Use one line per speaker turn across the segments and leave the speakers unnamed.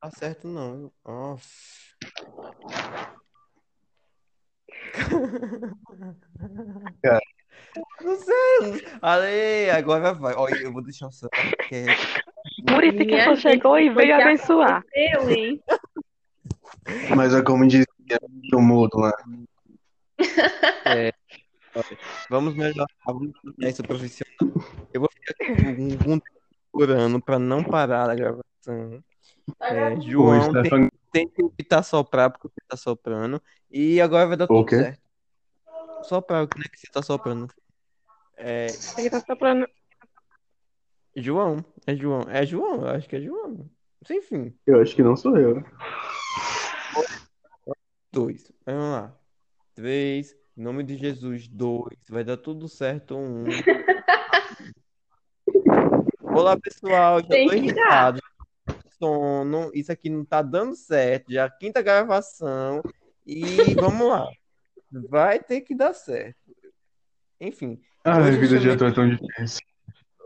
tá certo, não. Nossa.
Cara.
Não sei. Ale, agora vai. Olha, eu vou deixar o seu. porque-
Por isso que
Minha
ela chegou e
gente, foi
veio
que
abençoar.
Eu, hein?
Mas é como dizia o mudo né? lá.
Vamos melhorar, vamos melhorar isso profissional. Eu vou ficar aqui um, um procurando pra não parar a gravação. É,
O
João tem,
Stefan
tem que evitar soprar porque você tá soprando. E agora vai dar tudo
O quê?
certo. Soprar, o que é que você tá soprando? É,
Ele tá soprando.
João, é João, é João, eu acho que é João. Sem fim,
eu acho que não sou eu.
dois. Vamos lá. Três, em nome de Jesus, dois. Vai dar tudo certo, um. Olá, pessoal, já
Tem
tô
que dar.
irritado. Sono, isso aqui não tá dando certo. Já é a quinta gravação. E vamos lá. Vai ter que dar certo. Enfim,
Ai,
Hoje
a vida de
chamei-
ator é tão difícil.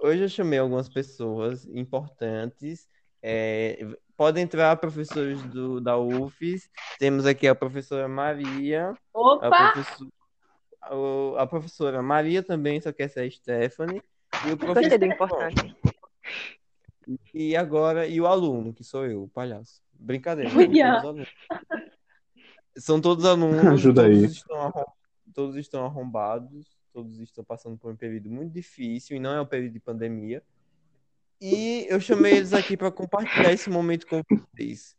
Hoje eu chamei algumas pessoas importantes. É, podem entrar professores do, da UFES. Temos aqui a professora Maria, a,
Opa!
professor- o- a professora Maria também, só que essa é a Stephanie, e o
Gostei do
professor
importante.
e agora e o aluno, que sou eu, o palhaço. Brincadeira,
Olha.
são todos alunos. São todos alunos,
Ajuda
todos
aí.
estão arrom- todos estão arrombados, todos estão passando por um período muito difícil e não é o período de pandemia. E eu chamei eles aqui para compartilhar esse momento com vocês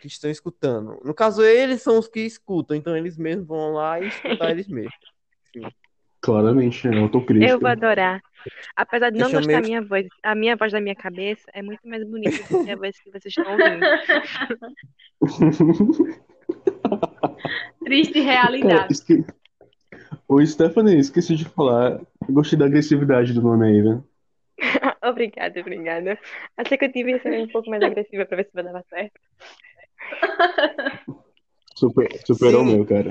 que estão escutando. No caso, eles são os que escutam, então eles mesmos vão lá e escutar eles mesmos.
Claramente, né? Autocrítica.
Eu vou adorar. Apesar de
Eu
é
não
chamei
gostar da
os-
minha voz, a minha voz da minha cabeça é muito mais bonita do que a voz que vocês estão ouvindo.
Cara,
Triste realidade.
esque... Ô, Stephanie, esqueci de falar. Eu Gostei da agressividade do nome aí, né?
Obrigada, obrigada. Achei que eu tive que ser um pouco mais agressiva pra ver se vai dar certo.
Super, superou o
Sim.
meu, cara.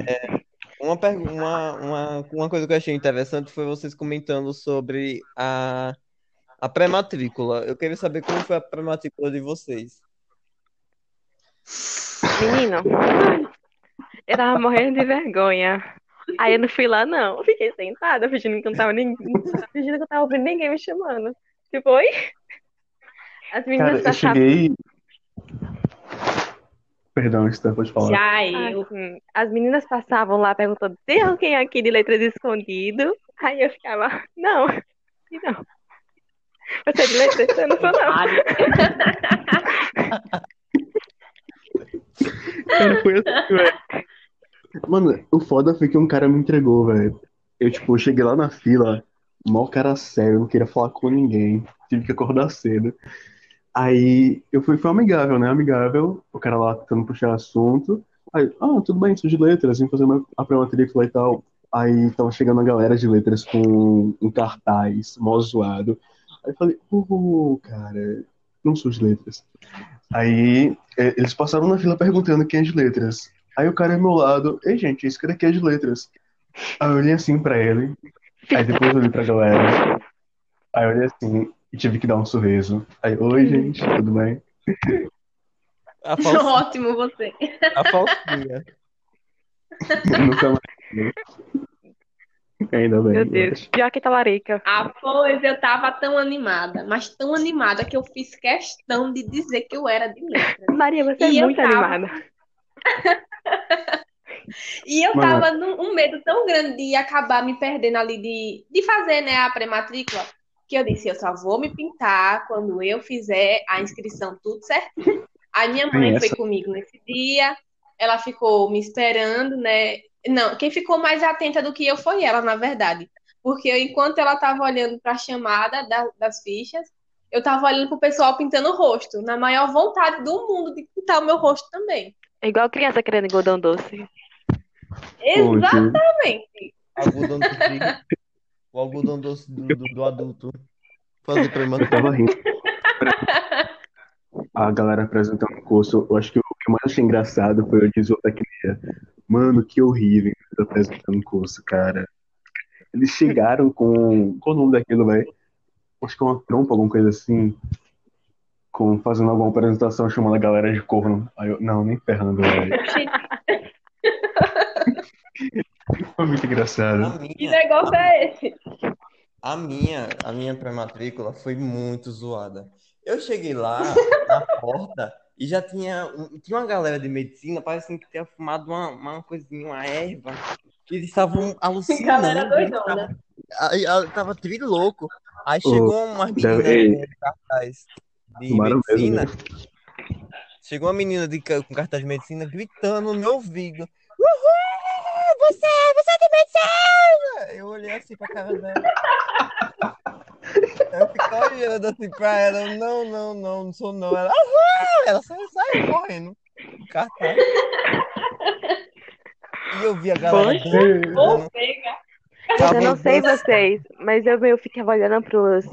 Uma, pergu- uma, uma, uma coisa que eu achei interessante foi vocês comentando sobre a, a pré-matrícula. Eu queria saber como foi a pré-matrícula de vocês.
Menino, eu tava morrendo de vergonha. Aí eu não fui lá, não. Eu fiquei sentada, fingindo que não tava ninguém. Fingindo que eu tava ouvindo ninguém me chamando. Tipo, oi? As
Cara,
meninas
eu
achavam.
cheguei. Perdão, Stephanie, pode falar.
Já
Ah,
eu.
sim. As meninas passavam lá perguntando: tem alguém aqui de letras escondido? Aí eu ficava: não, e não. Você é de letras? Eu não sou, não.
Cara, foi assim, velho. Mano, o foda foi que um cara me entregou, velho. Eu, tipo, cheguei lá na fila, mal cara sério, não queria falar com ninguém, tive que acordar cedo. Aí eu fui, foi amigável, né? Amigável, o cara lá tentando puxar assunto. Aí, ah, tudo bem, sou de letras, vim fazer uma, a pré-matrícula e tal. Aí tava chegando a galera de letras com um cartaz, mó zoado. Aí eu falei, ô, cara, não sou de letras. Aí é, Eles passaram na fila perguntando quem é de letras. Aí o cara ao meu lado, ei gente, esse cara aqui é de letras. Aí eu olhei assim pra ele, aí depois eu olhei pra galera. Aí eu olhei assim e tive que dar um sorriso. Aí,
Uhum.
oi gente, tudo bem?
A falsinha.
Ótimo você.
A falsinha.
Nunca mais. Ainda bem.
Meu
eu
Deus,
acho.
pior que talarica.
Ah, pois eu tava tão animada, mas tão animada que eu fiz questão de dizer que eu era de letras.
Maria, você
E
é
eu
muito
tava-
animada.
E eu
Mano.
tava num um medo tão grande de acabar me perdendo ali de, de fazer, né, a pré-matrícula, que eu disse, eu só vou me pintar quando eu fizer a inscrição tudo certinho. A minha
Tem
mãe foi
essa.
comigo nesse dia, ela ficou me esperando, né? Não, quem ficou mais atenta do que eu foi ela, na verdade. Porque eu, enquanto ela tava olhando para a chamada da- das fichas, eu tava olhando pro pessoal pintando o rosto, na maior vontade do mundo de pintar o meu rosto também.
É igual criança querendo algodão doce.
Pô,
Exatamente.
tio,
Algodão do trigo. O algodão doce do, do, do adulto. Fazer
eu
pré-matrícula.
tava rindo. A galera apresentando o curso, eu acho que o que eu mais achei engraçado foi eu dizer daquele dia, mano, que horrível eles apresentando o curso, cara. Eles chegaram com. Qual o nome daquilo, velho? Acho que é uma trompa, alguma coisa assim. com, fazendo alguma apresentação chamando a galera de corno. Aí eu, não, nem ferrando, velho. Foi muito engraçado.
A
Que
minha,
negócio é esse?
a minha, a minha pré-matrícula foi muito zoada. Eu cheguei lá na porta e já tinha, um- tinha uma galera de medicina parecendo que tinha fumado uma, uma coisinha, uma erva. E eles estavam alucinando.
Galera doidona.
Aí, aí, eu tava trilouco. Aí chegou uma menina com
deve-
cartaz de
Tomaram mesmo, né?
medicina. Chegou uma menina de ca- com cartaz de medicina gritando no meu ouvido. Uhul! Você, você é de medicina! Eu olhei assim pra cara dela. Eu fiquei olhando assim pra ela. eu, Não, não, não, não sou não. Ela, uhul! Ela saiu, saiu correndo. com Cartaz. E eu vi a galera
Poxa.
dançando.
Ofega.
tava
Eu não sei
dançando.
vocês, mas eu, eu ficava olhando pros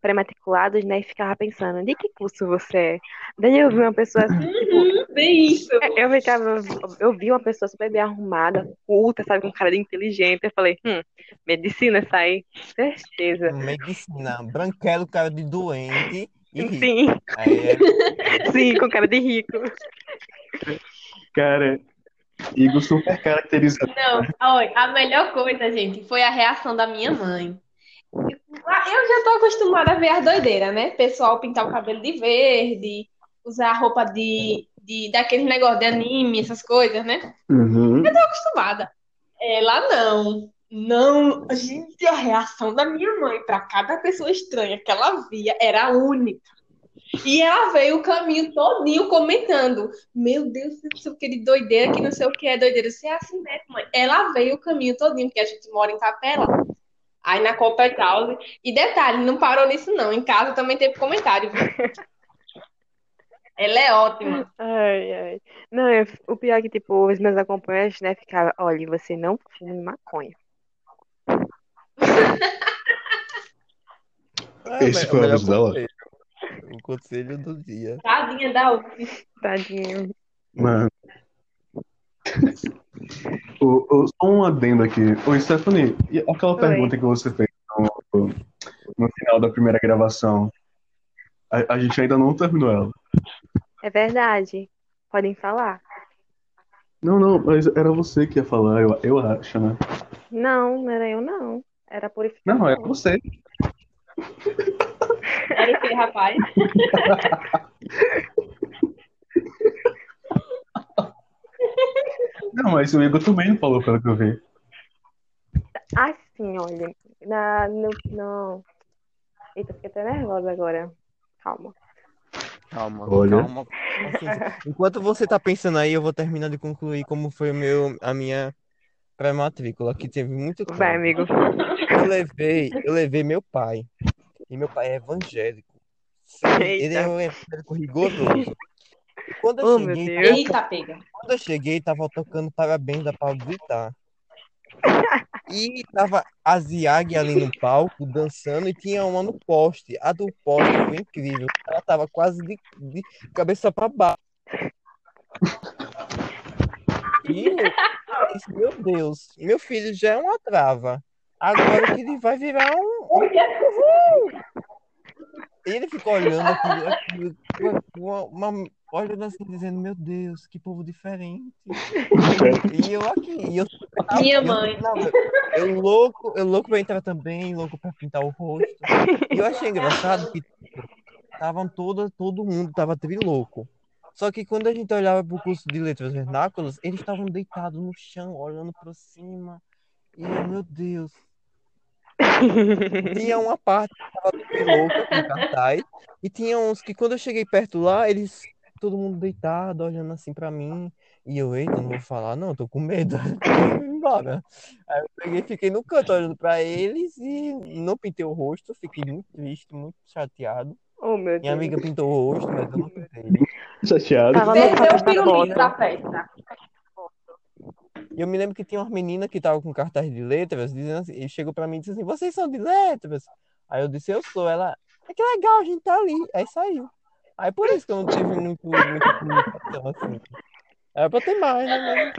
pré-matriculados, né? E ficava pensando, de que curso você é? Daí eu vi uma pessoa assim, tipo,
Bem isso.
eu ficava, eu vi uma pessoa super bem arrumada, culta, sabe, com cara de inteligente. Eu falei, hum, medicina essa aí, certeza.
Medicina, branquelo, cara de doente e rico.
Sim,
Aí é
sim, com cara de rico.
Cara, Igor super caracterizado.
Não, olha, a melhor coisa, gente, foi a reação da minha mãe. Ah, Eu já tô acostumada a ver as doideiras, né? Pessoal pintar o cabelo de verde, usar a roupa de, de daquele negócio de anime, essas coisas, né?
Uhum.
Acostumada. Ela não. Não, gente, a reação da minha mãe para cada pessoa estranha que ela via era única. E ela veio o caminho todinho comentando: Meu Deus, não sei o que de doideira, que não sei o que é doideira. Você é assim, né, mãe? Ela veio o caminho todinho, porque a gente mora em Capela, aí na Copa House. E detalhe, não parou nisso, não. Em casa também teve comentário. viu? Ela é ótima.
Ai, ai. Não, eu- o pior é que, tipo, os meus acompanhantes, né, ficavam, olha, você não fume maconha.
Ah,
Esse
mas-
foi o
melhor
aviso dela?
conselho. O conselho do dia.
Tadinha da outra.
Tadinho.
Mano. Ô, ô, só um adendo aqui. Ô, Stephanie, e aquela
Oi.
pergunta que você fez no, no final da primeira gravação, a, a gente ainda não terminou ela.
É verdade. Podem falar.
Não, não, mas era você que ia falar, eu, eu acho, né?
Não, não era eu, não. Era
Não,
é.
era
purificação.
você.
Era o que, rapaz?
Não, mas o Igor também não falou pelo que eu vi.
Assim, olha. Na, no, não. Eita, fiquei até nervosa agora. Calma.
Calma,
Olha.
calma. Paciência. Enquanto você tá pensando aí, eu vou terminar de concluir como foi o meu, a minha pré-matrícula, que teve muito
Vai,
caso.
amigo.
Eu levei, eu levei meu pai. E meu pai é evangélico. Sim, ele é
Eita.
um evangélico rigoroso. E Quando é eu
Oh, meu
cheguei,
Deus.
Eita, pega.
Quando eu cheguei, tava tocando Parabéns da Paulo Vittar. E tava a Ziag ali no palco, dançando, e tinha uma no poste. A do poste foi incrível. Ela tava quase de, de cabeça pra baixo. E eu disse, meu Deus, meu filho já é uma trava. Agora que ele vai virar um. E ele ficou olhando aquilo, aquilo com uma, uma- olhando assim, dizendo, meu Deus, que povo diferente. E eu aqui, e eu
Minha
eu-
mãe.
não, eu, eu louco, eu louco pra entrar também, louco pra pintar o rosto. E eu achei engraçado que estavam toda, todo mundo tava trilouco. Só que quando a gente olhava pro curso de letras vernáculas, eles estavam deitados no chão, olhando pra cima. E eu, meu Deus. Tinha uma parte que tava trilouca com cartaz. E tinha uns que quando eu cheguei perto lá, eles, todo mundo deitado, olhando assim pra mim. E eu, eita, não vou falar, não, tô com medo. Vou embora. Aí eu peguei, fiquei no canto olhando pra eles e não pintei o rosto, fiquei muito triste, muito chateado.
Oh,
Minha
meu Deus.
amiga pintou o rosto, mas eu não pintei.
Chateado.
Tava no
Perdeu
papo
o
da foto.
pirulito da festa.
E eu me lembro que tinha uma menina que tava com cartaz de letras, dizendo assim, e chegou pra mim e disse assim, vocês são de letras? Aí eu disse, eu sou. Ela, é que legal, a gente tá ali. Aí saiu. Aí por isso que eu não tive muito, muita comunicação, assim. Era pra ter mais, né?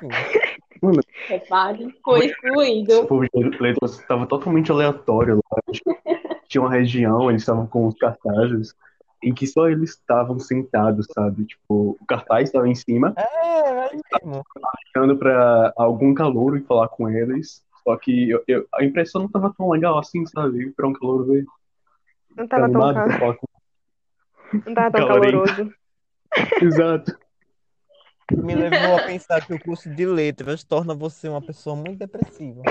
Mas enfim.
Repare, foi excluído.
Tipo, O povo de letras tava totalmente aleatório lá. Tinha uma região, eles estavam com os cartazes. em que só eles estavam sentados, sabe? Tipo, o cartaz estava em cima,
É, é mesmo.
olhando pra algum calouro e falar com eles. Só que eu- eu- a impressão não tava tão legal assim, sabe? Pra um calouro ver
Não tava tão,
animado
cal-
pra falar com
não tava tão
Calorento.
caloroso.
Exato.
Me levou a pensar que o curso de letras torna você uma pessoa muito depressiva.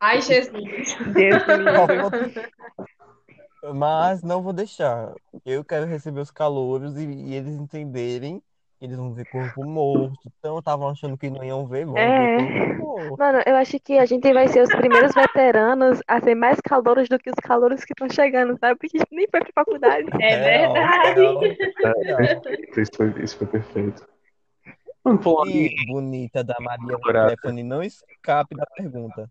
Ai, Jesus.
Deus me livre.
Mas não vou deixar. Eu quero receber os calouros e, e eles entenderem. que Eles vão ver corpo morto. Então, eu tava achando que não iam ver, vão
É.
ver corpo morto.
Mano, eu acho que a gente vai ser os primeiros veteranos a ser mais calouros do que os calouros que estão chegando, sabe? Porque a gente nem foi pra faculdade.
É verdade.
real, real.
Isso foi, isso foi perfeito. Mano, falar em
E então, bonita da Maria
Adorado.
Stefani, não escape da pergunta.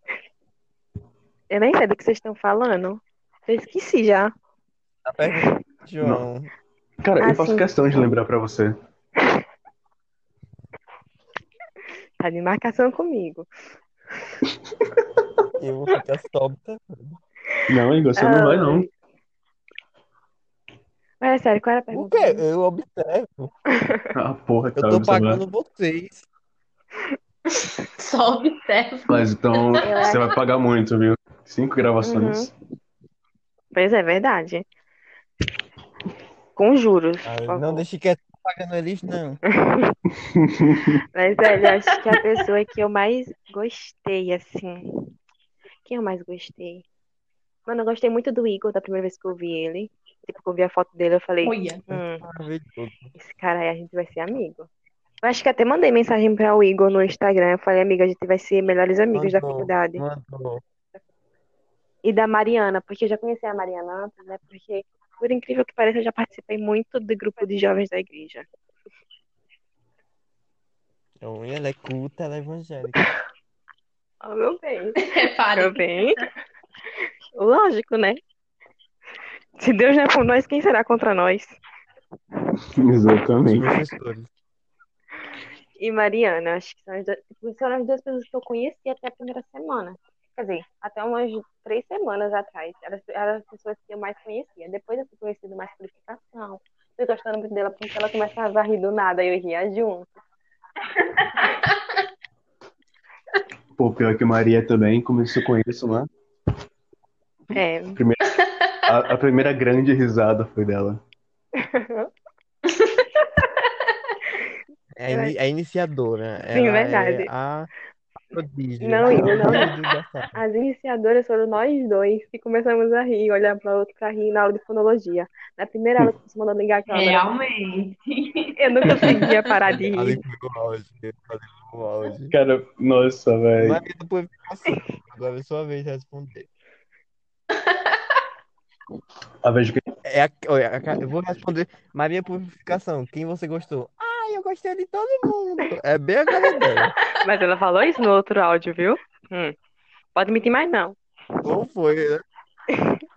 Eu nem sei do que vocês estão falando. Eu esqueci já.
A pergunta, do João.
Cara, eu faço
Assim.
questão
então.
de lembrar pra você.
Tá de marcação comigo.
Eu vou ficar só observando.
Não, Igor, você
Ah,
não vai, não.
Mas é sério, qual
Tá
era a
O
pergunta?
quê? Eu observo.
Ah, porra,
Eu
cara,
tô
você vai.
pagando vocês.
Só observa.
Mas então,
Eu
você vai pagar muito, viu? Cinco gravações.
Pois é, verdade. Com juros.
Ah,
por
não
favor.
deixe quieto, tô pagando eles, não.
Mas, velho, eu acho que a pessoa que eu mais gostei, assim. Quem eu mais gostei? Mano, eu gostei muito do Igor da primeira vez que eu vi ele. Tipo, que eu vi a foto dele, eu falei,
Olha.
hum,
Maravilhoso.
esse cara aí a gente vai ser amigo. Eu acho que até mandei mensagem pra o Igor no Instagram. Eu falei, amiga, a gente vai ser melhores amigos da
Mandou,
faculdade.
Mandou.
E da Mariana, porque eu já conheci a Mariana antes, né? Porque, por incrível que pareça, eu já participei muito do grupo de jovens da igreja.
Então, Ela é culta, ela é evangélica.
Oh, meu bem. Meu
Reparem.
bem. Lógico, né? Se Deus não é por nós, quem será contra nós?
Os
Exatamente.
professores.
E Mariana, acho que são as duas, tipo, foram as duas pessoas que eu conheci até a primeira semana. Quer dizer, até umas três semanas atrás. Elas eram as pessoas que eu mais conhecia. Depois eu fui conhecendo mais por educação. Fui gostando muito dela porque ela começava a rir do nada e eu ria junto.
Pô, pior que Maria também começou com isso, né?
É.
A, a primeira grande risada foi dela.
É, ini- é iniciadora.
Sim,
ela
verdade.
É a prodígio.
Não, Igor, não.
Prodígio da sala.
As iniciadoras foram nós dois que começamos a rir, olhar para outro pra rir na aula de fonologia. Na primeira aula que você mandou ligar a câmera,
Realmente.
eu não conseguia parar de
Ali
rir.
foi o auge. Ali foi o auge.
Cara, nossa, velho.
Maria do Povo assim. Agora é sua vez de responder.
A vez que
É a- olha, a- eu vou responder Maria Purificação. Quem você gostou? Ah, eu gostei de todo mundo. É bem a cara dela.
Mas ela falou isso no outro áudio, viu? Hum. Pode mentir mais não.
Ou foi, né?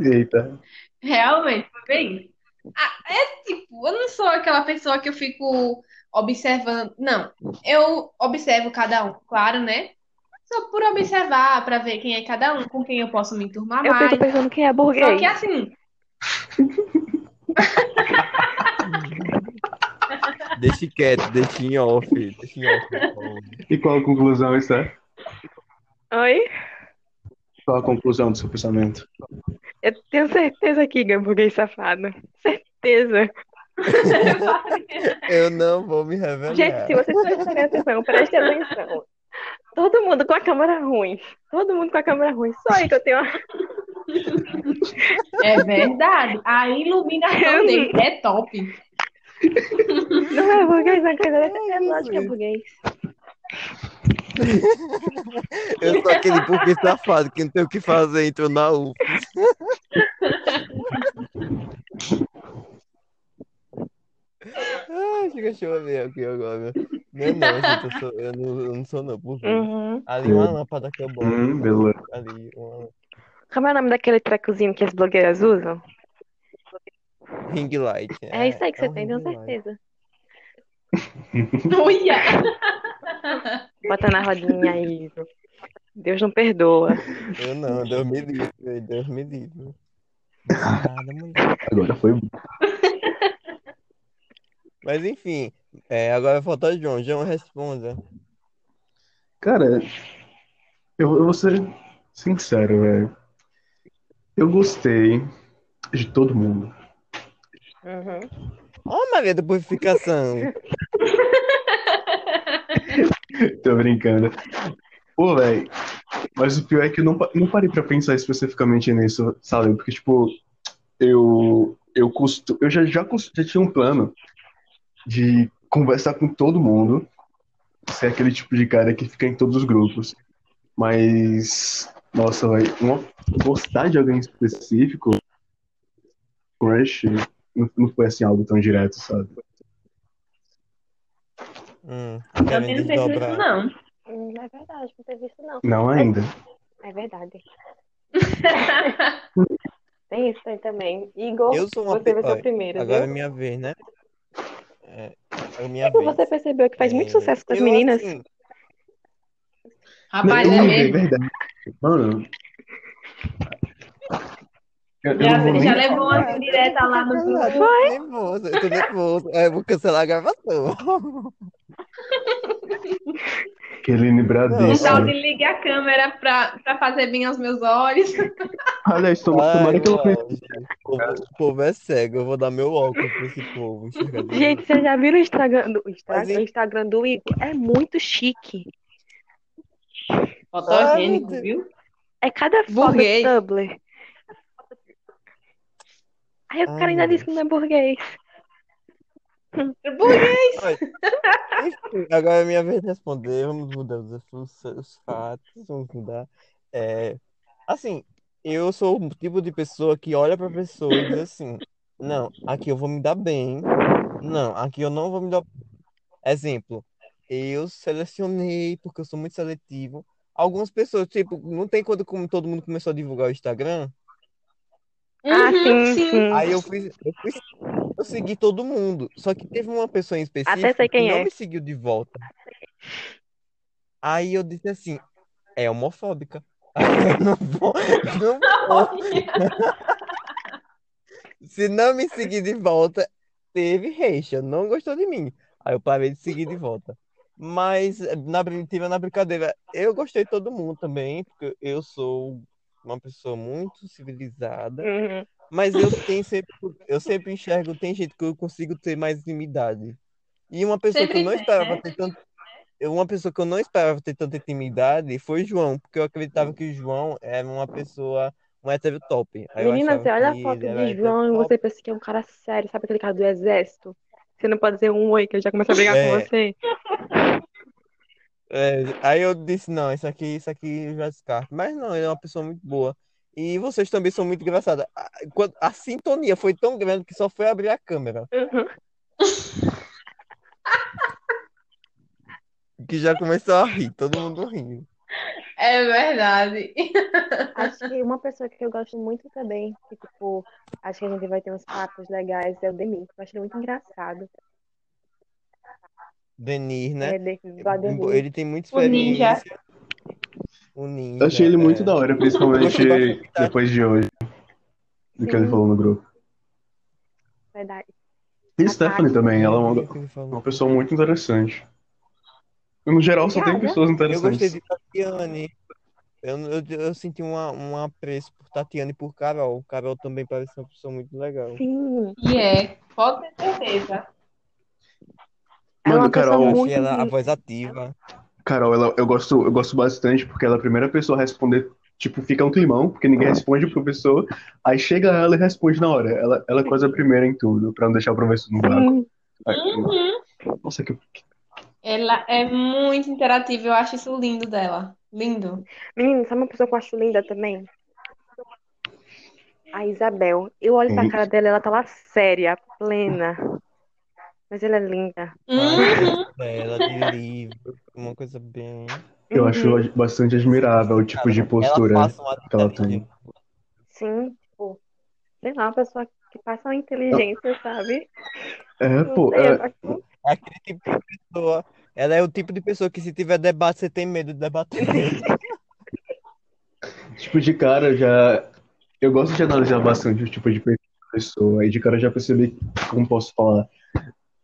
Eita.
Realmente, foi bem. Ah, é tipo, eu não sou aquela pessoa que eu fico observando. Não, eu observo cada um, claro, né? Só por observar, pra ver quem é cada um, com quem eu posso me enturmar
Eu
mais.
fico pensando quem é
Só que
burguês.
assim,
Deixa quieto, deixa em off. Deixa em off. por favor.
E qual a conclusão isso é?
Oi?
Qual a conclusão do seu pensamento?
Eu tenho certeza que é burguês safado. Certeza.
Eu não vou me revelar.
Gente, se vocês estão prestando atenção, preste atenção. Todo mundo com a câmera ruim. Todo mundo com a câmera ruim. Só aí que eu tenho uma...
é verdade. A iluminação dele é top.
Não é burguês, não é coisa. É lógico que é burguês.
Eu sou aquele porque safado que não tem o que fazer, entrou na U. Ai, chega a chover aqui agora. Não, não, gente, eu, sou, eu, não, eu não sou não, por quê?
Uhum.
Ali uma lâmpada que eu boto.
Hum, beleza.
Ali, uma lâmpada.
Como é o nome daquele trecozinho que as blogueiras usam?
Ring light.
É, isso aí que você
um
tem,
ring
tenho
light.
certeza.
Olha!
Bota na rodinha aí. Deus não perdoa.
Eu não, Deus me livre, Deus me livre. Nada, mulher.
Agora foi.
Mas enfim, é, agora falta João. João, responda.
Cara, eu, eu vou ser sincero, velho. Eu gostei de todo mundo.
Uhum.
Ó, Maria da Purificação.
Tô brincando. Pô, velho. Mas o pior é que eu não, pa- não parei pra pensar especificamente nisso, sabe? Porque, tipo, eu, eu, costu... eu já, já, cos- já tinha um plano de conversar com todo mundo, ser aquele tipo de cara que fica em todos os grupos. Mas, nossa, velho, uma... gostar de alguém específico, crush, não, não foi assim algo tão direto, sabe?
Hum,
Eu
querem
não tenho Tá isso,
desdobrar.
não.
Hum, É verdade, não teve isso não.
Não ainda.
É verdade. Tem isso aí também. Igor,
Eu sou uma
você
pe-
vai ser
Olha,
o primeiro,
Agora é
viu?
minha vez, né? É, é a minha
Igor,
vez.
Tipo, você percebeu que faz muito
É,
sucesso com as
eu,
meninas?
assim,
Não,
Rapaz,
eu
é
mudei,
mesmo.
verdade. Mano. Eu, né? eu não vou
Já,
nem
já levou uma direta
Ah,
lá no
eu
grupo.
tô nervoso, eu tô nervoso. É, eu vou cancelar a gravação.
Kelly
Não,
Um
Bradesco.
tal de ligue a câmera pra, pra fazer bem aos meus olhos.
Aliás, tom-
Ai,
tomara que ela
mano, o povo, o povo é cego, eu vou dar meu óculos pra esse povo. enxergar direito.
Gente, vocês já viram o Instagram do, Insta-
Mas, hein?
o Instagram do Igor? É muito chique.
Fotogênico,
Fotogênico,
Ai,
viu?
É cada foto
Burguês.
do Tumblr. Aí o cara
Ai,
ainda
meu
disse que não é burguês.
Enfim, agora é minha vez de responder. Vamos mudar os, os- os fatos, vamos mudar. É, assim, eu sou o tipo de pessoa que olha pra pessoa e diz assim: não, aqui eu vou me dar bem, não, aqui eu não vou me dar. Exemplo, eu selecionei, porque eu sou muito seletivo. Algumas pessoas, tipo, não tem quando como todo mundo começou a divulgar o Instagram?
ah,
Uhum,
sim, sim.
Aí eu fui, eu fui, eu segui todo mundo. Só que teve uma pessoa em específico
Até sei quem
que não
é.
me seguiu de volta. Aí eu disse assim, é homofóbica. Aí eu não vou, não vou. Se não me seguir de volta, teve reixa, não gostou de mim. Aí eu parei de seguir de volta. Mas na brin- tira na brincadeira, eu gostei de todo mundo também, porque eu sou uma pessoa muito civilizada.
Uhum.
Mas eu tenho sempre, eu sempre enxergo, tem jeito que eu consigo ter mais intimidade. E uma pessoa que eu
Sempre
não
tem,
esperava
né?
ter tanto, uma pessoa que eu não esperava ter tanta intimidade foi o João, porque eu acreditava que o João era uma pessoa, um hétero top. Aí eu
Menina,
achava
você olha a
que
foto
ele era
de
hétero
João e
top.
você pensa que é um cara sério, sabe aquele cara do exército? Você não pode dizer um oi, que ele já começa a brigar
É.
com você.
É, aí eu disse, não, isso aqui, isso aqui eu já descarto. Mas não, ele é uma pessoa muito boa. E vocês também são muito engraçadas. A, quando- a sintonia foi tão grande que só foi abrir a câmera,
Uhum.
que já começou a rir, todo mundo rindo.
É verdade.
Acho que uma pessoa que eu gosto muito também, que, tipo, acho que a gente vai ter uns papos legais, é o Demi. Eu acho ele muito engraçado.
Denir, né?
É, de, do Ademir.
Ele tem muita
O ninja.
experiência. O ninja.
Eu achei ele muito
é.
da hora,
Gostei bastante,
principalmente
tá?
depois de hoje, do que ele
Sim.
falou no grupo.
Verdade.
E
Ataque.
Stephanie também, ela é uma,
Eu
uma pessoa muito interessante. No geral, só tem
Obrigada.
pessoas
gostei
interessantes.
de Tatiane. Eu, eu, eu senti uma, um apreço por Tatiane e por Carol. Carol também parece uma pessoa muito legal.
Sim.
E é, pode ter certeza.
Ela é
Mano,
uma pessoa
Carol,
Eu
muito
achei ela a
bonita.
voz ativa.
Carol, ela, eu gosto, eu gosto bastante porque ela é a primeira pessoa a responder. Tipo, fica um climão, porque ninguém responde pro professor. Aí chega ela e responde na hora. Ela, ela é quase a primeira em tudo, pra não deixar o professor no vácuo.
Sim.
Ai,
Uhum.
Nossa, que.
Ela é muito interativa, eu acho isso lindo dela. Lindo.
Menino, sabe uma pessoa que eu acho linda também? A Isabel. Eu olho pra
Hum.
cara dela, ela tá lá séria, plena. Mas ela é linda.
Hum,
Ela de livro. Uma coisa bem.
Eu
Uhum.
acho bastante admirável o tipo de postura
Ela passa uma
que ela tem.
Sim, tipo, sei lá, uma pessoa que passa uma inteligência, sabe?
É,
Não
pô,
sei,
é,
eu acho-
É aquele tipo de pessoa. Ela é o tipo de pessoa que se tiver debate, você tem medo de debater.
tipo de cara já Eu gosto de analisar bastante o tipo de pessoa, e de cara eu já percebi, como posso falar,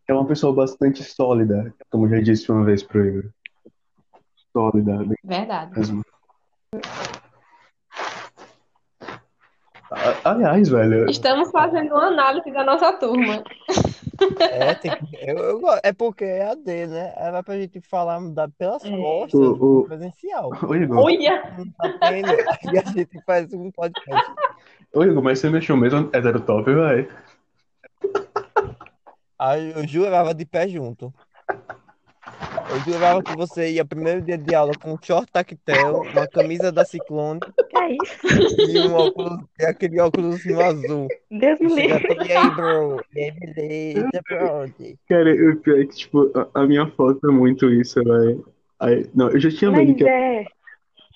é uma pessoa bastante sólida, como eu já disse uma vez pro Igor. Sólida
Verdade.
mesmo. A- Aliás, velho,
Estamos fazendo uma análise da nossa turma.
É, tem que- eu, eu go- é porque é AD, né? Era pra gente falar da, pelas
É.
costas
O-
do
o-
presencial.
ô Igor,
Olha!
Tá vendo? Aí a gente faz um podcast.
ô Igor, mas você mexeu mesmo hétero top, velho?
Aí eu jurava de pé junto. Eu jurava que você ia primeiro dia de aula com um short tactel, uma camisa da Ciclone
Que é isso?
e um óculos, e aquele óculos azul.
Deus me
é,
Chega,
livre.
e aí, bro? E aí, beleza, brody?
Cara, o pior é que, tipo, a, a minha foto é muito isso, velho. Aí, não, eu já tinha medo
Mas
que era
é.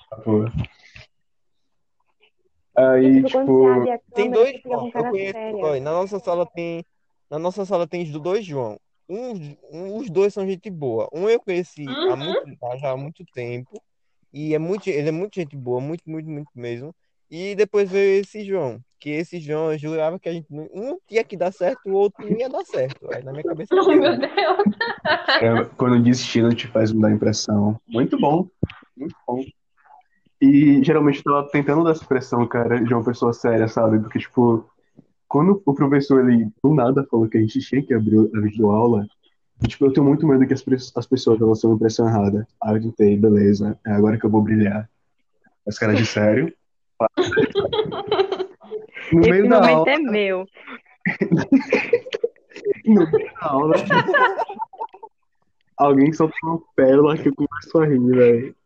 essa porra. Aí,
quando
tipo,
você abre a
Tem
câmera,
dois
você fica
João,
com
eu
cara
conheço.
séria.
Olha, na nossa sala tem, na nossa sala tem os dois João. Um, um- os dois são gente boa. Um eu conheci há
Uhum.
muito, há já há muito tempo e é muito, ele é muito gente boa, muito, muito, muito mesmo. E depois veio esse João, que esse João eu jurava que a gente não- um tinha que dar certo, o outro não ia dar certo. Aí na minha cabeça
Ai, meu Deus.
é, quando o destino te faz mudar a impressão. Muito bom, muito bom. E geralmente eu tava tentando dar essa impressão, cara, de uma pessoa séria, sabe? Porque, tipo, quando o professor, ele do nada falou que a gente tinha que abrir a videoaula, tipo, eu tenho muito medo que as, pre- as pessoas elas tenham a impressão errada. Aí eu tentei, beleza, é agora que eu vou brilhar. As caras de sério. No
Esse
meio da
momento
aula,
é meu.
no meio da aula, alguém solta uma pérola que eu começo a rir, velho.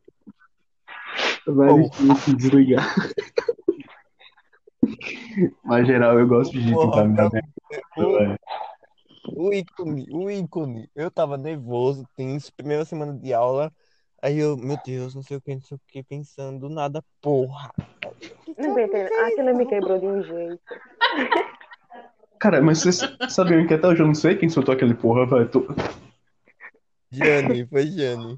Velho,
Oh.
tinha que desligar. Mas geral, eu gosto de tentar me dar bem,
o,
velho.
O ícone, o ícone. Eu tava nervoso, tenso, primeira semana de aula. Aí eu, meu Deus, não sei o que, não sei o que, pensando, do nada, porra.
Não aguentei. Ah, você não me quebrou de um jeito.
Cara, mas vocês sabiam que até hoje eu não sei quem soltou aquele porra, velho. Tô-
Jane, foi Jane.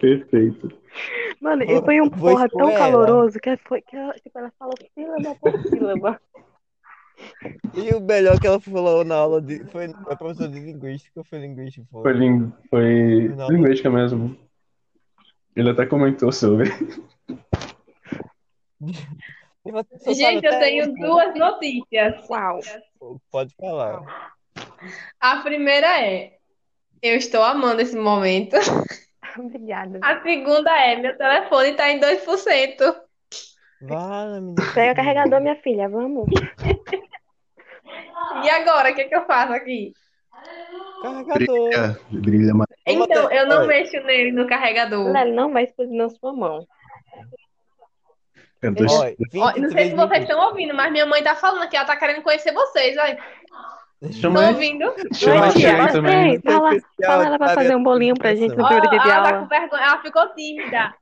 Perfeito.
Mano, e foi um
Vou
porra tão
expor ela.
caloroso que foi que ela, tipo, ela falou sílaba por sílaba.
E o melhor que ela falou na aula de. Foi a professora de linguística, foi linguística,
Foi,
foi.
lin... foi
Não.
linguística mesmo. Ele até comentou sobre.
E você só sabe
Gente, eu
até
tenho
isso.
duas notícias.
Uau.
Pode falar.
A primeira é: eu estou amando esse momento.
Obrigada.
A segunda é: meu telefone está em 2%.
Fala, menina.
Pega o carregador, minha filha. Vamos.
E agora, o que, que eu faço aqui?
Carregador.
brilha mais.
Vamos
Então,
até-
eu não
olha.
mexo nele no carregador.
Ela não vai explodir na sua mão.
É dois...
Ó,
Ó, não sei
23
se vocês
minutos.
estão ouvindo, mas minha mãe tá falando que ela tá querendo conhecer vocês. Aí,
Chama
estão
aí.
ouvindo?
Chama a
Mas,
tia aí
mas,
também.
ei, fala,
Especial,
fala ela pra
área
fazer um
de
bolinho pra gente
educação.
no
Ó,
período de
ela tá
aula.
com vergonha, ela ficou tímida.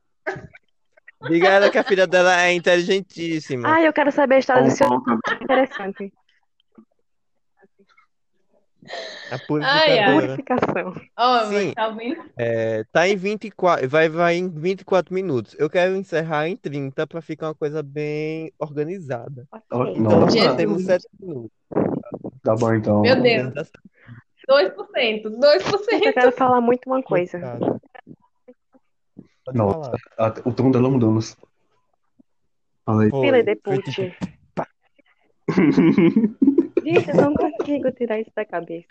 Diga a ela que a filha dela é inteligentíssima.
Ah, eu quero saber a história do seu
Pão, pão,
interessante.
A
Ai, ai.
purificadora.
Purificação.
Ó,
Sim.
mãe, tá ouvindo?
É, tá em 24, vai, vai em 24 minutos. Eu quero encerrar em 30 para ficar uma coisa bem organizada.
pão.
Ok.
Então, nós
Nossa,
Jesus.
temos 7 minutos.
tá bom então.
Meu Deus.
Tá certo,
2%, 2%.
Eu quero falar muito uma coisa.
cara. Pode
Nossa.
falar.
Ah, O tom dela mudou. nos- Fala aí.
Foi,
Fila de
foi
put.
tipo,
Gente, eu não consigo tirar isso da cabeça.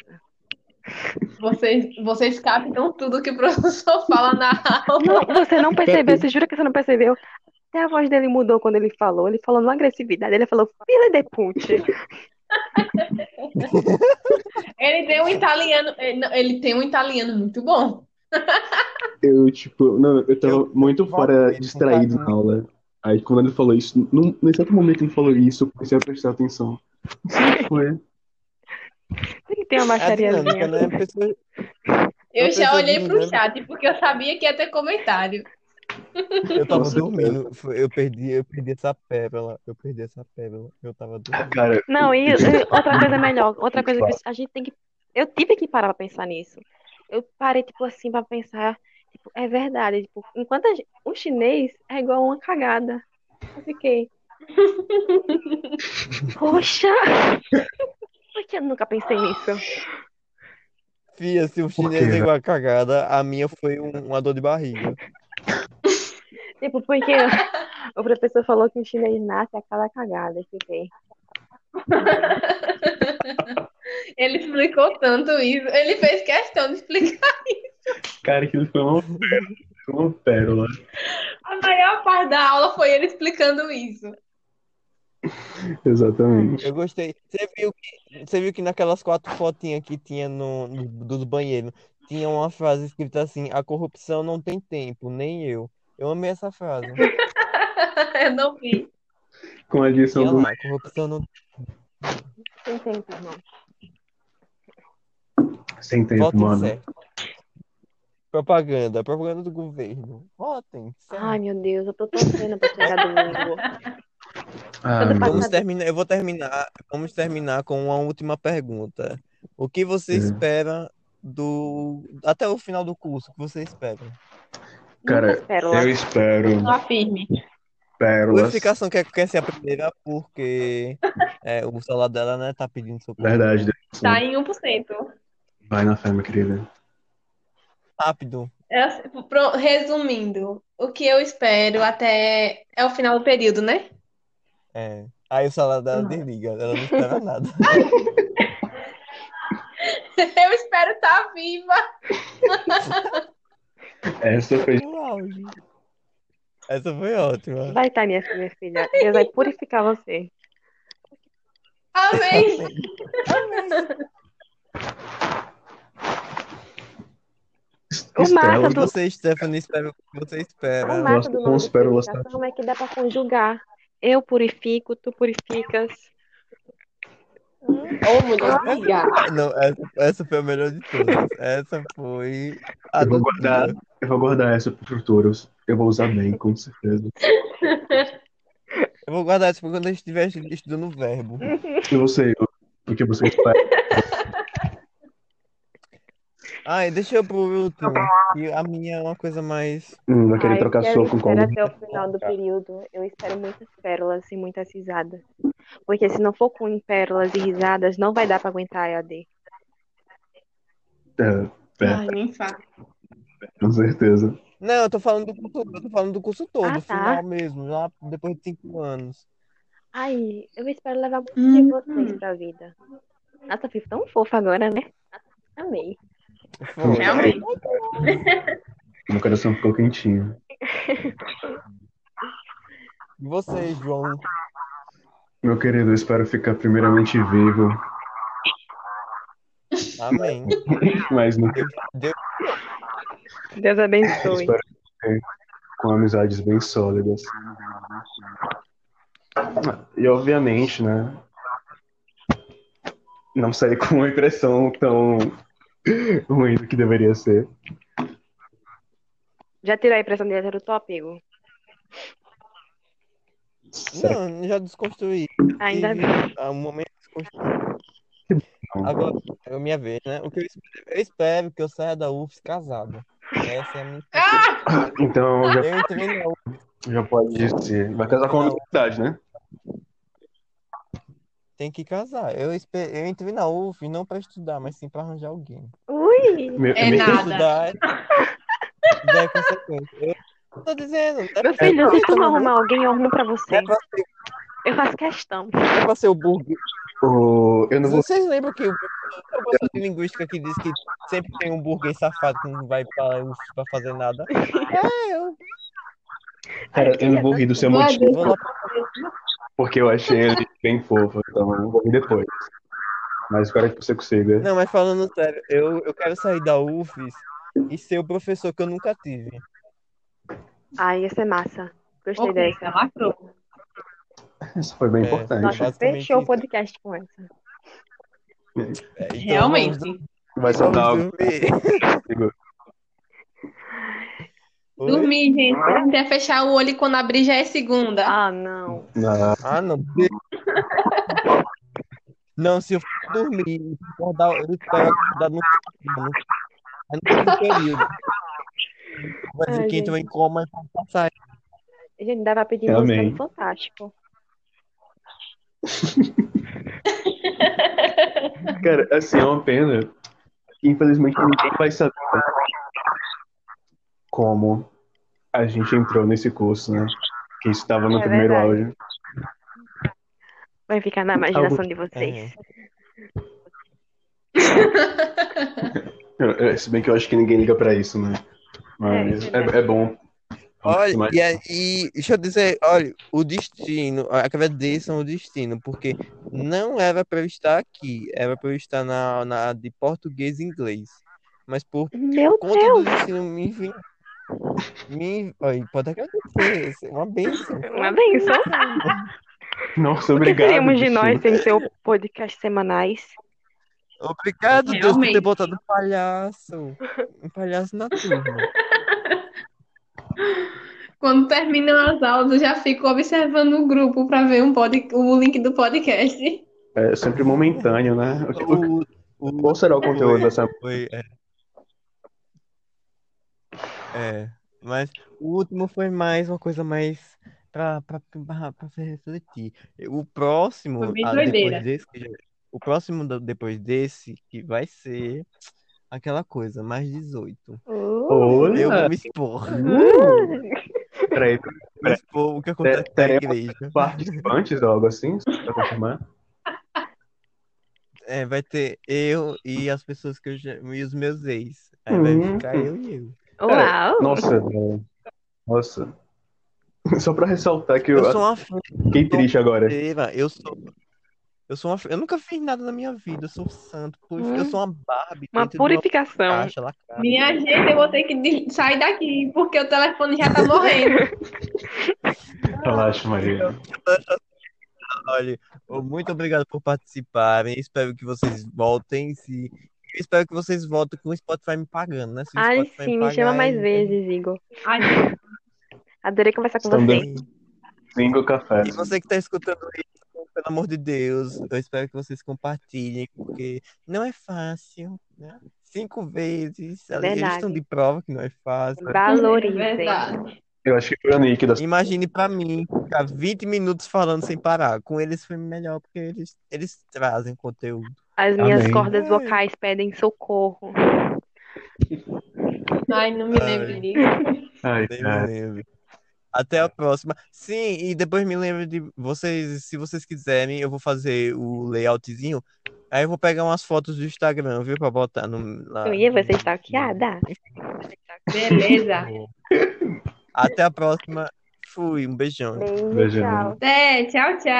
Vocês, vocês captam tudo que o professor fala na aula.
Não, você não percebeu, você jura que você não percebeu? Até a voz dele mudou quando ele falou. Ele falou numa agressividade, ele falou fila de put.
Ele tem um italiano, ele, não, ele tem um italiano muito bom.
Eu, tipo, não, eu tava
Eu-
muito fora
eu-
distraído na aula. Aí quando ele falou isso, num, no exato momento que ele falou isso, eu comecei a prestar atenção. Não sei o que foi.
Tem que ter uma
a dinâmica,
baixariazinha.
né? A pessoa-
Eu
Eu
já
tô
olhei pro
entendendo.
chat porque eu sabia que ia ter comentário.
Eu tava
Nossa,
dormindo. Foi- Eu perdi, eu perdi essa pérola. Eu perdi essa pérola. Eu tava dormindo.
Cara,
Não, e e outra coisa melhor, outra coisa que a gente tem que. Eu tive que parar pra pensar nisso. Eu parei, tipo assim, pra pensar. Tipo, é verdade. Tipo, enquanto a gente- o chinês é igual uma cagada. Eu fiquei. Poxa! Por que eu nunca pensei nisso?
Fia, se o
Por quê,
chinês é
velho?
igual a cagada, a minha foi um- uma dor de barriga.
Tipo, porque o professor falou que o chinês nasce a cada cagada. Eu fiquei.
Ele explicou tanto isso. Ele fez questão de explicar.
Cara, aquilo foi uma, uma pérola.
A maior parte da aula foi ele explicando isso.
Exatamente.
Eu gostei. Você viu que, você viu que naquelas quatro fotinhas que tinha no, no- dos banheiros, tinha uma frase escrita assim: A corrupção não tem tempo, nem eu. Eu amei essa frase.
Eu não vi.
Com a adição
Tinha
do.
lá, a corrupção não
Sem tempo, irmão.
Sem tempo,
Votem
mano.
certo. Propaganda, propaganda do governo. Votem certo.
Ai, meu Deus, eu tô torcendo pra chegar domingo.
Ah,
Quando
mano.
Vamos terminar, eu vou terminar, vamos terminar com uma última pergunta. O que você
É.
espera do até o final do curso? O que você espera?
Cara,
Muitas pérolas.
Eu espero
Não afirme.
pérolas.
Purificação quer, quer ser é assim, a primeira porque é, o celular dela, né, tá pedindo socorro.
Verdade, Deus.
Tá em 1%.
Vai na fé, minha querida.
Rápido.
É assim, pro- Resumindo, o que eu espero até é o final do período, né?
É. Aí o celular dela
Não.
desliga, ela não espera nada.
Eu espero estar viva.
Essa foi.
No auge. Essa foi ótima.
Vai tá, minha, minha filha. Deus vai purificar você.
Amém.
mata
Estela,
E
do-
você, Stephanie, espera o que você espera.
O massa
Nossa,
do
com
nome
os
de
pérolas
purificação é que dá pra conjugar. Eu purifico, tu purificas.
Ô, mulher, obrigada.
Não, essa, essa foi a melhor de todas. Essa foi a
Eu vou
do
guardar.
dia.
eu vou guardar essa pro futuro. Eu vou usar bem, com certeza.
Eu vou guardar isso pra quando eu estiver estudando verbo.
E você, o que você espera?
Ah, e deixa eu pro último. que a minha é uma coisa mais.
Hum, vai querer
Ai,
trocar
eu
soco com
espero
alguém?
até o final do período. Eu espero muitas pérolas e muitas risadas. Porque se não for com pérolas e risadas, não vai dar pra aguentar a EAD.
É, é,
Ai, nem fala.
com certeza.
Não, eu tô falando do curso, eu tô falando do curso todo,
Ah, tá.
final mesmo, lá depois de cinco anos.
Ai, eu espero levar muito
Hum.
de vocês pra vida. Nossa, eu fiz tão fofa agora, né? Amei.
Foi.
Realmente.
Meu coração ficou quentinho.
E você, João?
Meu querido, eu espero ficar primeiramente vivo,
Amém.
mas no
Deus
Eu
abençoe.
espero que com amizades bem sólidas. E obviamente, né? Não sair com uma impressão tão ruim do que deveria ser.
Já tirou a impressão de heterotópico?
Será
Não, já desconstruí.
Ainda bem.
bem. Um momento de desconstruir. Agora, é a minha vez, né? O que eu espero, eu espero que eu saia da UFS casada. Essa é a minha.
que- Então já,
Eu entrei na UFS.
já pode dizer. Vai casar com uma novidade, né?
Tem que casar. Eu, espe- eu entrei na UF não pra estudar, mas sim pra arranjar alguém.
Ui!
Me-
É
me-
nada.
Estudar é, estudar é consequência. Eu tô dizendo, não
Meu filho, se tu não arrumar alguém, eu arrumo pra você.
é pra, ser,
Eu faço questão.
não é pra ser o burro.
O- eu não vou.
Vocês lembram que o é o professor de linguística que diz que sempre tem um burguês safado que não vai pra UF pra fazer nada? É, eu
Cara, eu não vou rir do seu
Vai,
motivo,
vou lá
porque eu achei ele bem fofo. Então eu vou rir depois. Mas espero que você consiga.
Não, mas falando sério, eu, eu quero sair da UFES e ser o professor que eu nunca tive.
Ai, essa é massa. Gostei
Ok,
dessa.
tá lacrou.
Isso foi bem
É.
importante.
Nossa,
basicamente
fechou o
isso.
podcast com essa.
É, então
Realmente.
vamos-
Vai
um
soltar
vamos dormir. Oi? Ah.
Dormir, gente. Até fechar o olho e quando abrir já é segunda.
Ah, não.
na
Ah, não. Não, se eu for dormir, eu vou dar- eu espero acordar no sono. Aí no fim do período. Vai dizer
Ai,
que entrou em coma e vai passar.
Gente, dá pra pedir
Amém.
música no Fantástico.
Cara, assim, é uma pena. Infelizmente, ninguém vai saber como a gente entrou nesse curso, né? Que isso estava no
É
primeiro
verdade.
áudio.
Vai ficar na imaginação de vocês.
É, é, Se bem que eu acho que ninguém liga pra isso, né? Mas
É,
é, é bom.
Olha,
Mas-
e aí, deixa eu dizer, olha, o destino, agradeçam o um destino, porque não era para eu estar aqui, era para eu estar na, na de português e inglês. Mas por
Meu
conta
Deus!
do destino, me enfim. Me, olha, pode acontecer, isso é uma bênção.
Uma benção.
Nossa,
O que
obrigado.
seríamos de
Cristina.
nós sem seu podcast semanais?
Obrigado, Deus, por ter
Realmente.
botado um palhaço. Um palhaço na turma.
Quando terminam as aulas, eu já fico observando o grupo para ver um pod... o link do podcast.
É sempre momentâneo, né? O que- o-
O, o,
Qual será o conteúdo dessa.
Foi, é. É, mas o último foi mais uma coisa mais pra, pra, pra, pra se refletir. O próximo,
Foi bem
ah, depois
doideira.
desse, que já- o próximo do- depois desse, que vai ser aquela coisa, mais 18.
Uh,
Eu vou
Olha!
Hum.
me expor,
É. Uh! Peraí,
me expor o que acontece na
teremos
igreja.
participantes ou algo assim? Só pra confirmar.
É, vai ter eu e as pessoas que eu já, e os meus ex. Aí vai
Hum.
ficar eu e eu.
uau!
Nossa, velho. Nossa. Só pra ressaltar que eu, um
Eu sou uma
fiquei triste agora.
Feira, eu sou. Eu sou uma, eu nunca fiz nada na minha vida, eu sou santo. puro-
Hum.
Eu sou uma Barbie
Uma
dentro de uma
purificação.
caixa lacrada.
Minha gente, eu vou ter que des- sair daqui, porque o telefone já tá morrendo.
Relaxa, Maria.
Olha, ô, muito obrigado por participarem. Espero que vocês voltem. Se... Espero que vocês voltem com o Spotify me pagando, né? Se o
Ai,
Spotify
sim, me
pagar,
chama mais
eu-
vezes, Igor.
Ai, gente,
Adorei conversar com
Estamos
você.
Sim.
Cinco cafés.
E você que está escutando isso, pelo amor de Deus, eu espero que vocês compartilhem, porque não é fácil, né? Cinco vezes. Eles
Verdade.
estão de prova que não é fácil.
é
Valorizem.
verdade.
Eu acho que foi a Nick da
Imagine pra mim ficar 20 minutos falando sem parar. Com eles foi melhor, porque eles, eles trazem conteúdo.
As minhas
Amém.
cordas
Ai.
vocais pedem socorro.
Ai, não me lembre
Ai.
disso.
Ai,
Nem
cara.
me né? lembro. Até a próxima. Sim, e depois me lembro de vocês, se vocês quiserem, eu vou fazer o layoutzinho. Aí eu vou pegar umas fotos do Instagram, viu? Pra botar no. Lá,
Eu ia, você
no-
está ah, quiada.
Beleza.
Até a próxima. Fui, um beijão.
Beijo,
Beijo.
tchau.
Até, tchau, tchau.